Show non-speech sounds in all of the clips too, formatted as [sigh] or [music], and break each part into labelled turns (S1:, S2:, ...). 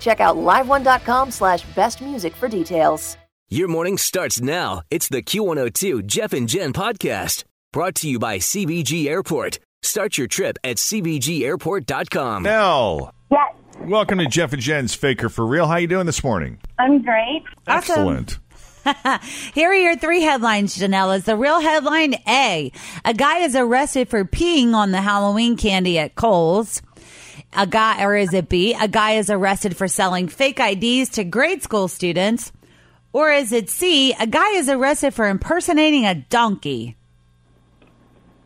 S1: Check out liveone.com slash best music for details.
S2: Your morning starts now. It's the Q102 Jeff and Jen podcast brought to you by CBG Airport. Start your trip at
S3: Mm.
S2: CBGAirport.com.
S4: Nell,
S5: Yes,
S4: welcome to Jeff and Jen's Faker for Real. How you doing this morning?
S5: I'm great.
S6: Awesome.
S4: Excellent.
S6: Here are your three headlines, Janelle's. The real headline A A guy is arrested for peeing on the Halloween candy at Kohl's. A guy, or is it B? A guy is arrested for selling fake IDs to grade school students. Or is it C? A guy is arrested for impersonating a donkey.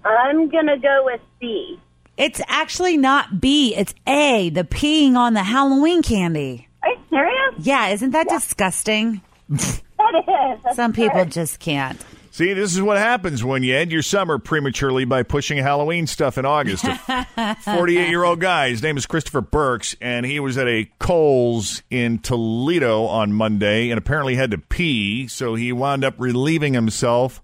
S5: I'm gonna go with C.
S6: It's actually not B, it's A, the peeing on the Halloween candy.
S5: Are you serious?
S6: Yeah, isn't that disgusting?
S5: That is. That's
S6: Some people
S5: hard.
S6: just can't.
S4: See, this is what happens when you end your summer prematurely by pushing Halloween stuff in August. A 48 year old guy, his name is Christopher Burks, and he was at a Kohl's in Toledo on Monday and apparently had to pee, so he wound up relieving himself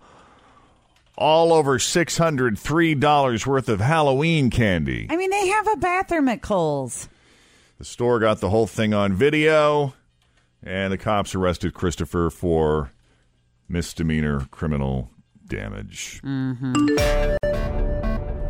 S4: all over $603 worth of Halloween candy.
S6: I mean, they have a bathroom at Kohl's.
S4: The store got the whole thing on video, and the cops arrested Christopher for misdemeanor criminal damage.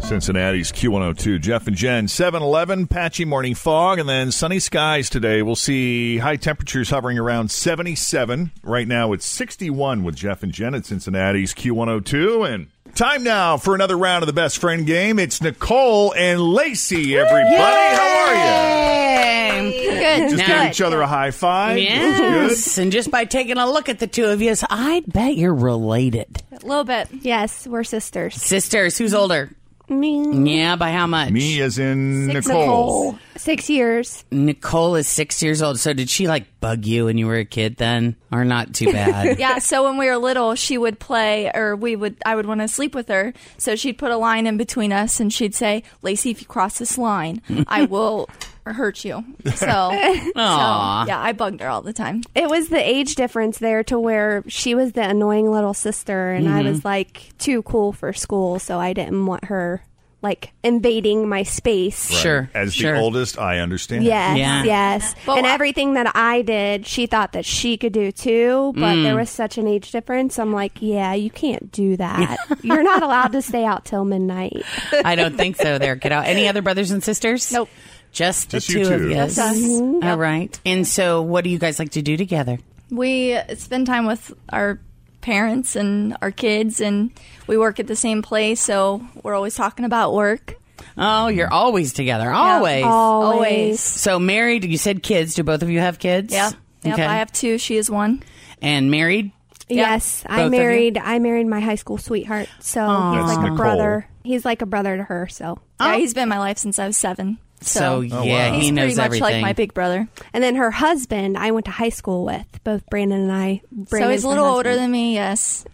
S4: Cincinnati's Q102. Jeff and Jen, 7 11, patchy morning fog, and then sunny skies today. We'll see high temperatures hovering around 77. Right now it's 61 with Jeff and Jen at Cincinnati's Q102. And time now for another round of the best friend game. It's Nicole and Lacey, everybody. How are you?
S7: Good.
S4: Just gave each other a high five. That's
S7: Yes. And just by taking a look at the two of you, I bet you're related.
S8: A little bit. Yes, we're sisters.
S7: Sisters, who's older? Me. Yeah, by how much?
S4: good. Me as in Nicole.
S8: Six years.
S7: Nicole is six years old. So did she like bug you when you were a kid then? Or not too bad?
S8: Yeah, so when we were little, she would play, or we would, I would want to sleep with her. So she'd put a line in between us, and she'd say, "Lacey, if you cross this line,
S7: [laughs]
S8: I will hurt you." So, so, yeah, I bugged her all the time.
S9: it was the age difference there to where she was the annoying little sister and
S7: Mm-hmm.
S9: I was like too cool for school so I didn't want her like invading my space.
S7: Sure.
S4: As
S7: sure.
S4: the oldest, I understand.
S9: Yes,
S7: Yeah.
S9: yes.
S8: But
S9: and
S8: I-
S9: everything that I did, she thought that she could do too, but there
S7: Mm.
S9: was such an age difference. I'm like, yeah, you can't
S7: [laughs]
S9: do that. You're not allowed to stay out till midnight.
S7: I don't think so there, kiddo. Any other brothers and sisters? Nope. Just the
S4: Just
S7: two
S4: you
S7: of
S4: two.
S7: you.
S4: Just
S8: us. Mhm.
S7: All right. And so what do you guys like to do together?
S8: We spend time with our parents and our kids, and we work at the same place, so we're always talking about work.
S7: Oh, you're always together. [laughs] Always.
S9: Always.
S7: So married, you said kids. Do both of you have kids?
S8: Yeah. Yep,
S7: Okay.
S8: I have two. She is one.
S7: and married?
S9: Yes,
S7: Both
S9: I
S7: of you?
S9: married I married my high school sweetheart, so
S4: That's
S9: he's like
S4: Nicole.
S9: a brother. He's like a brother to her, so
S8: Yeah, he's been in my life since I was seven.
S7: Oh. So,
S4: Oh,
S8: So,
S7: yeah,
S8: he's
S7: he knows
S8: pretty much
S7: everything.
S8: like my big brother.
S9: And then her husband, I went to high school with. Both Brandon and I.
S8: so
S9: Brandon's
S8: he's a
S9: my
S8: little
S9: husband.
S8: older than me. Yes.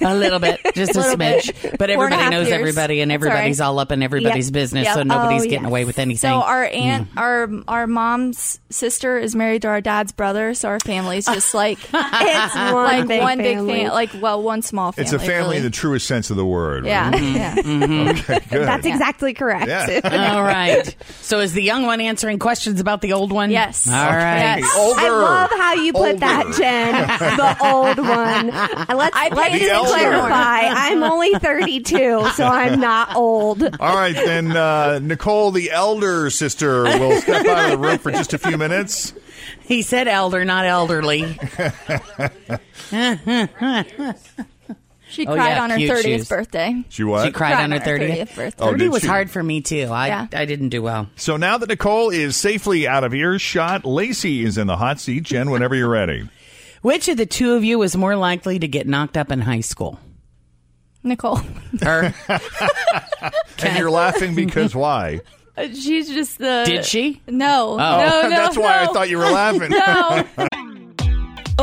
S7: A little
S8: [laughs]
S7: bit, just a,
S8: Little bit.
S7: smidge. But
S8: Four and a
S7: everybody
S8: half
S7: knows
S8: years.
S7: everybody, and
S8: It's all right.
S7: everybody's all up in everybody's
S9: Yep.
S7: business,
S8: Yep.
S7: so nobody's
S9: Oh,
S7: getting
S9: yes.
S7: away with anything.
S8: So our aunt, our our mom's sister is married to our dad's brother. So our
S7: [laughs]
S8: family's just like
S9: It's
S8: [laughs]
S9: one
S8: like
S9: big
S8: one big
S9: family.
S8: family, like well, one small family.
S4: It's a family
S8: really.
S4: in the truest sense of the word.
S8: yeah, yeah.
S4: Okay, good.
S9: That's exactly correct. [laughs]
S4: Yeah.
S7: all right. So is the young one answering questions about the old one?
S8: Yes.
S7: All right.
S8: Yes.
S4: Older.
S9: I love how you put
S4: Older.
S9: that, Jen.
S4: [laughs]
S9: The old one. Uh, Let's,
S8: I
S9: let's
S8: paid
S4: The elder.
S9: [laughs] clarify. I'm only 32, so I'm not old.
S4: All right, then uh, Nicole, the elder sister, will step out of the room for just a few minutes.
S7: He said elder, not elderly.
S8: She
S7: Oh,
S8: cried
S7: yeah,
S8: on her
S7: cute shoes.
S8: thirtieth birthday.
S4: She what?
S7: She cried on her 30th.
S8: birthday.
S4: Oh,
S7: 30 [laughs]
S4: did
S7: was
S4: she?
S7: hard for me, too. I,
S8: Yeah.
S7: I didn't do well.
S4: So now that Nicole is safely out of earshot, Lacey is in the hot seat. Jen, whenever you're ready.
S7: Which of the two of you was more likely to get knocked up in high school?
S8: Nicole, [laughs]
S7: Her?
S4: And you're laughing because why?
S8: Uh, she's just the.
S7: Did she? Oh.
S8: No, no,
S4: [laughs]
S8: no.
S4: That's why I
S8: no. [laughs]
S4: thought you were laughing.
S8: No.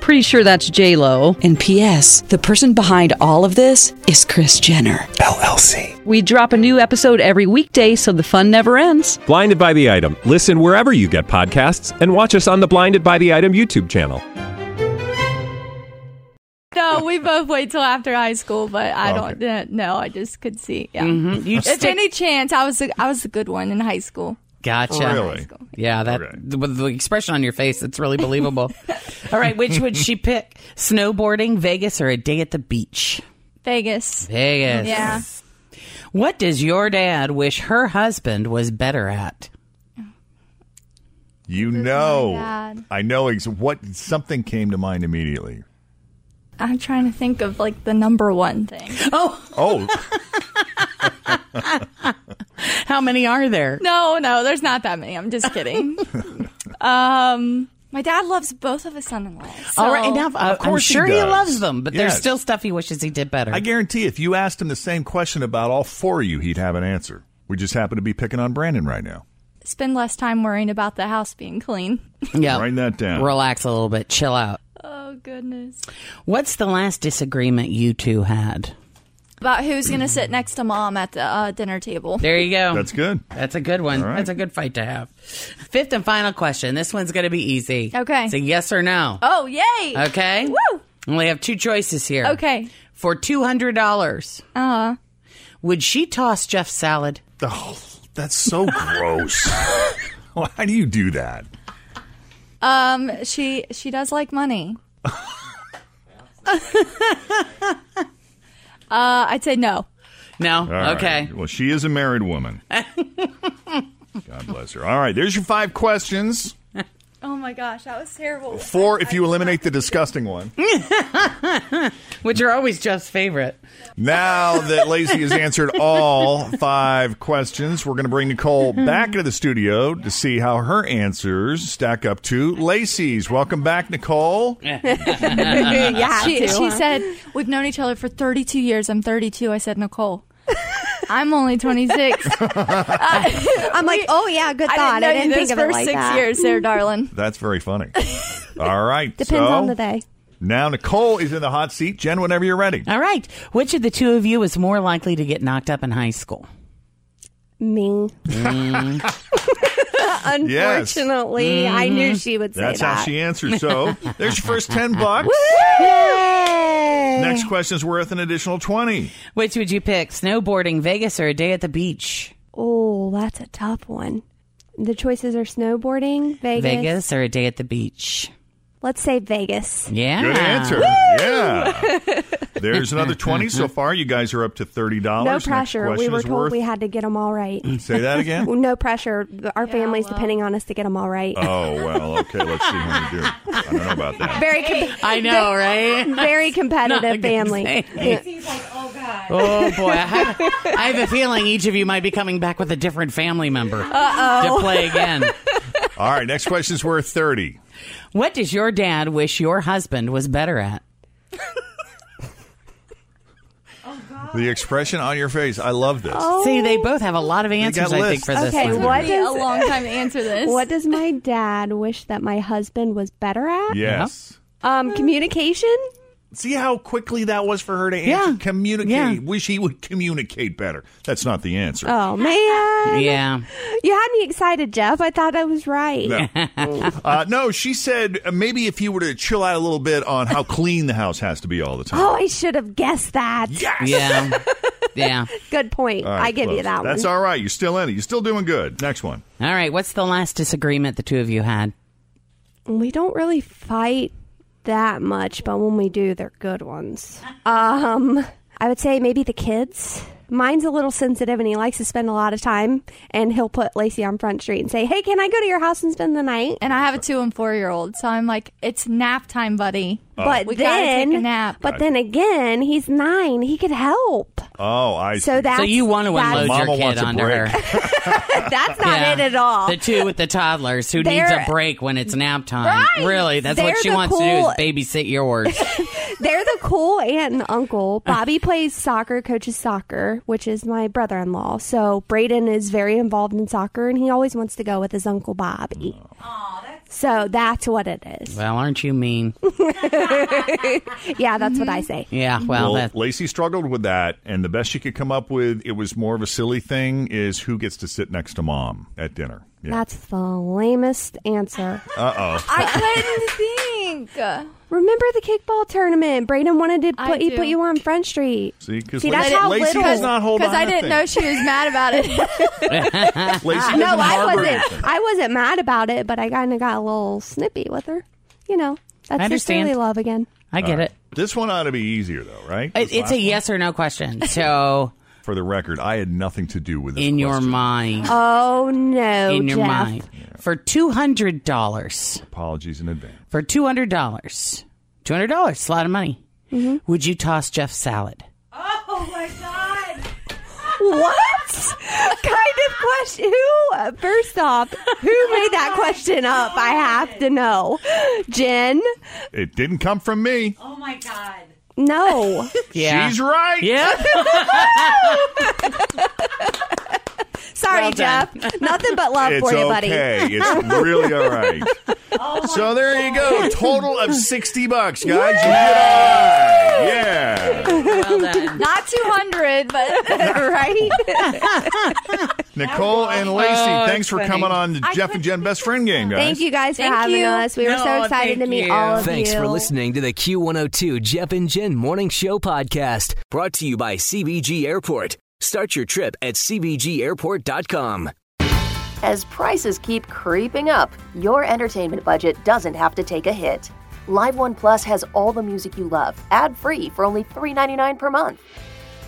S10: Pretty sure that's J Lo.
S11: And P.S. The person behind all of this is Chris Jenner
S3: LLC.
S10: We drop a new episode every weekday, so the fun never
S9: [laughs]
S10: ends.
S3: Blinded by the item. Listen wherever you get podcasts, and watch us on the Blinded by the Item YouTube channel.
S8: No, we both wait till after high school, but
S4: Oh,
S8: I don't. uh, No, I just could see. Yeah.
S7: Mhm. You
S8: if
S7: stick-
S8: any chance, I was the, I was the good one in high school.
S7: Gotcha.
S4: Really?
S7: Yeah, that the, with the expression on your face, it's really
S8: [laughs]
S7: believable. All right, which would she pick? Snowboarding, Vegas, or a day at the beach?
S8: Vegas.
S7: Vegas.
S8: Yeah.
S7: What does your dad wish her husband was better at?
S4: You know,
S8: God.
S4: I know ex- what something came to mind immediately.
S8: I'm trying to think of like the number one thing.
S7: Oh,
S4: [laughs] Oh,
S7: how many are there?
S8: No, no, there's not that many. I'm just
S7: [laughs]
S8: kidding. um, my dad loves both of his son-in-laws.
S7: All right,
S8: so-
S7: enough. Of I'm
S4: course he
S7: sure he,
S4: does.
S7: loves them, but there's
S4: Yes.
S7: still stuff he wishes he did better.
S4: I guarantee if you asked him the same question about all four of you, he'd have an answer. We just happen to be picking on Brandon right now.
S8: Spend less time worrying about the house being clean.
S7: yeah.
S4: Write that down.
S7: Relax a little bit. Chill out.
S8: Oh goodness.
S7: What's the last disagreement you two had?
S8: About who's gonna sit next to mom at the uh, dinner table.
S7: There you go.
S4: That's good.
S7: That's a good one.
S4: right.
S7: That's a good fight to have. Fifth and final question. This one's going to be easy.
S8: Okay.
S7: It's a yes or no.
S8: Oh yay!
S7: Okay.
S8: Woo.
S7: We only have two choices here.
S8: Okay.
S7: For $200,
S8: Uh,
S7: would she toss Jeff's salad?
S4: Oh, that's [laughs] so gross. Why do you do that?
S8: um, she she does
S7: [laughs]
S8: like money. [laughs] uh, I'd say no.
S7: No.
S4: All right.
S7: okay.
S4: Well, she is a married [laughs] woman. God bless her. All right, there's your five questions.
S8: Oh my gosh, that was terrible.
S4: Four if you eliminate the disgusting one.
S7: Which are always Jeff's favorite.
S4: Now that Lacey has answered all five questions, we're going to bring Nicole back into the studio to see how her answers stack up to Lacey's. Welcome back, Nicole.
S9: yeah,
S8: She, she said, We've known each other for 32 years. I'm 32. I said,
S9: [laughs]
S8: Nicole, I'm only 26.
S9: I'm like, oh yeah, good
S8: I
S9: thought.
S8: didn't know
S9: I didn't
S8: you
S9: think
S8: this
S9: of it
S8: for
S9: like
S8: six
S9: that.
S8: years there,
S9: [laughs]
S8: darling.
S4: That's very funny. All right.
S9: Depends
S4: so
S9: on the day.
S4: Now Nicole is in the hot seat. Jen, whenever you're ready.
S7: All right. Which of the two of you is more likely to get knocked up in high school?
S9: Me.
S4: Mm.
S9: [laughs] Unfortunately, I knew she would
S4: Mm-hmm.
S9: say
S4: That's
S9: that.
S4: how she answers.
S9: [laughs]
S4: So there's your first 10 bucks. Next question's worth an additional 20.
S7: Which would you pick? Snowboarding, Vegas, or a day at the beach?
S9: Oh, that's a tough one. The choices are snowboarding, Vegas.
S7: Vegas or a day at the beach?
S9: Let's say Vegas.
S7: Yeah.
S4: Good answer. Yeah.
S9: [laughs]
S4: There's another 20 so far. You guys are up to $30.
S9: No
S4: Next
S9: pressure. We
S4: question
S9: were
S4: is
S9: told
S4: worth- Mm.
S9: we had to get them all right. [laughs]
S4: Say that again.
S9: no pressure. Our family's depending on us to get them all right.
S4: Oh well, okay. Let's see how we do. I don't know about that.
S9: very, com-
S7: I
S9: [laughs]
S7: know, right? [laughs]
S9: very competitive family.
S7: Oh boy, I [laughs] have, I have a feeling each of you might be coming back with a different family member to play again.
S4: All right. Next question's worth thirty.
S7: What does your dad wish your husband was better at?
S4: The expression on your face. I love this.
S9: Oh.
S7: See, they both have a lot of answers.
S4: got
S7: I
S4: lists.
S7: think for this
S9: Okay,
S7: one.
S9: what
S8: It'd be a
S9: does-
S8: long time to
S9: [laughs]
S8: answer this.
S9: What does my dad wish that my husband was better at?
S4: Yes. Uh.
S9: Um, communication.
S4: See how quickly that was for her to answer.
S7: Yeah.
S4: Communicate.
S7: Yeah.
S4: Wish he would communicate better. That's not the answer. [laughs]
S9: Oh man,
S7: Yeah,
S9: you had me excited, Jeff. I thought I was right.
S4: No. uh, no, she said uh, maybe if you were to chill out a little bit on how clean the house has to be all the time.
S9: Oh, I should have guessed that.
S4: yes.
S9: [laughs]
S7: yeah, yeah.
S9: Good point.
S4: All right,
S9: I give you
S4: close.
S9: that
S4: That's
S9: one.
S4: all right. You're still in it. You're still doing good. Next one.
S7: All right, what's the last disagreement the two of you had?
S9: we don't really fight that much, but when we do, they're good ones. Um, I would say maybe the kids. Mine's a little sensitive and he likes to spend a lot of time. And he'll put Lacey on Front Street and say, Hey, can I go to your house and spend the night?
S8: And I have a two and four year old, so I'm like, it's nap time, buddy.
S9: Oh. But
S8: we gotta
S9: then,
S8: take a nap.
S9: but then again, he's nine. He could help.
S4: Oh, I.
S9: So that's-
S7: so you want to
S9: that's-
S7: unload
S9: Mama
S7: your kid
S9: wants a
S7: onto
S9: break.
S7: her.
S9: [laughs] That's not
S7: Yeah.
S9: it at all.
S7: The two with the toddlers who
S9: They're-
S7: needs a break when it's nap time.
S9: Right.
S7: Really, that's what
S9: They're
S7: she
S9: the
S7: wants to do
S9: cool-
S7: is babysit
S9: [laughs]
S7: yours.
S9: They're the cool aunt and uncle. Bobby plays soccer, coaches soccer, which is my brother in law. So Braden is very involved in soccer and he always wants to go with his uncle Bobby. so that's what it is.
S7: well, aren't you mean?
S9: yeah, that's what I
S8: Mm-hmm.
S9: say.
S7: Yeah. Well,
S4: Well,
S7: that,
S4: Lacey struggled with that, and the best she could come up with, it was more of a silly thing, is who gets to sit next to mom at dinner.
S9: That's the lamest answer.
S4: Uh oh.
S8: I couldn't think.
S9: Remember the kickball tournament? Braden wanted to
S8: I
S9: put, he
S8: do.
S9: put you on Front Street.
S4: See, because
S9: See, that's how
S4: Lacey
S9: little-
S4: does not hold on.
S8: Because I didn't know she was mad about
S4: [laughs]
S8: it.
S4: know. Lacey
S9: no,
S4: doesn't
S9: I
S4: harbor
S9: wasn't.
S4: anything.
S9: I wasn't mad about it, but I kind of got a little snippy with her. You know, that's
S7: understand.
S9: sisterly love again.
S7: [laughs] I get
S4: All right.
S7: it.
S4: This one ought to be easier, though, right?
S7: It,
S4: This
S7: it's a
S4: last
S7: yes or no question. So,
S4: one? For the record, I had nothing to do with this.
S7: in your mind,
S9: Oh no,
S7: in your
S9: Jeff.
S7: mind, for two hundred dollars,
S4: Apologies in advance.
S7: for two hundred dollars, two hundred dollars, it's a lot of money.
S9: Mm-hmm.
S7: Would you toss Jeff's salad?
S6: Oh my god!
S9: What [laughs] kind of question? Who? First off, who made that question up? I have to know. Jen?
S4: It didn't come from me.
S6: Oh my god!
S7: [laughs]
S9: No.
S7: Yeah.
S4: She's right.
S7: Yeah.
S9: Sorry, Jeff. Nothing but love
S4: It's
S9: for you, buddy.
S4: okay. It's really all
S9: [laughs]
S4: right. so there you go.
S9: Oh
S4: Total of sixty bucks, guys. You did all right. Yeah.
S7: well done.
S8: Not 200, but
S9: [laughs] right?
S4: Nicole and Lacey,
S7: Oh,
S4: thanks
S7: that's
S4: for
S7: funny.
S4: coming on the Jeff and Jen Best Friend Game, guys.
S9: Thank you guys for
S8: Thank
S9: having
S8: you.
S9: us. We were so
S7: No,
S9: excited to
S7: thank
S9: meet
S7: you.
S9: all of
S2: Thanks
S9: you.
S2: for listening to the Q102 Jeff and Jen Morning Show podcast, brought to you by CBG Airport. Start your trip at CBGAirport.com.
S1: As prices keep creeping up, your entertainment budget doesn't have to take a hit. Live One Plus has all the music you love, ad free for only $3.99 per month.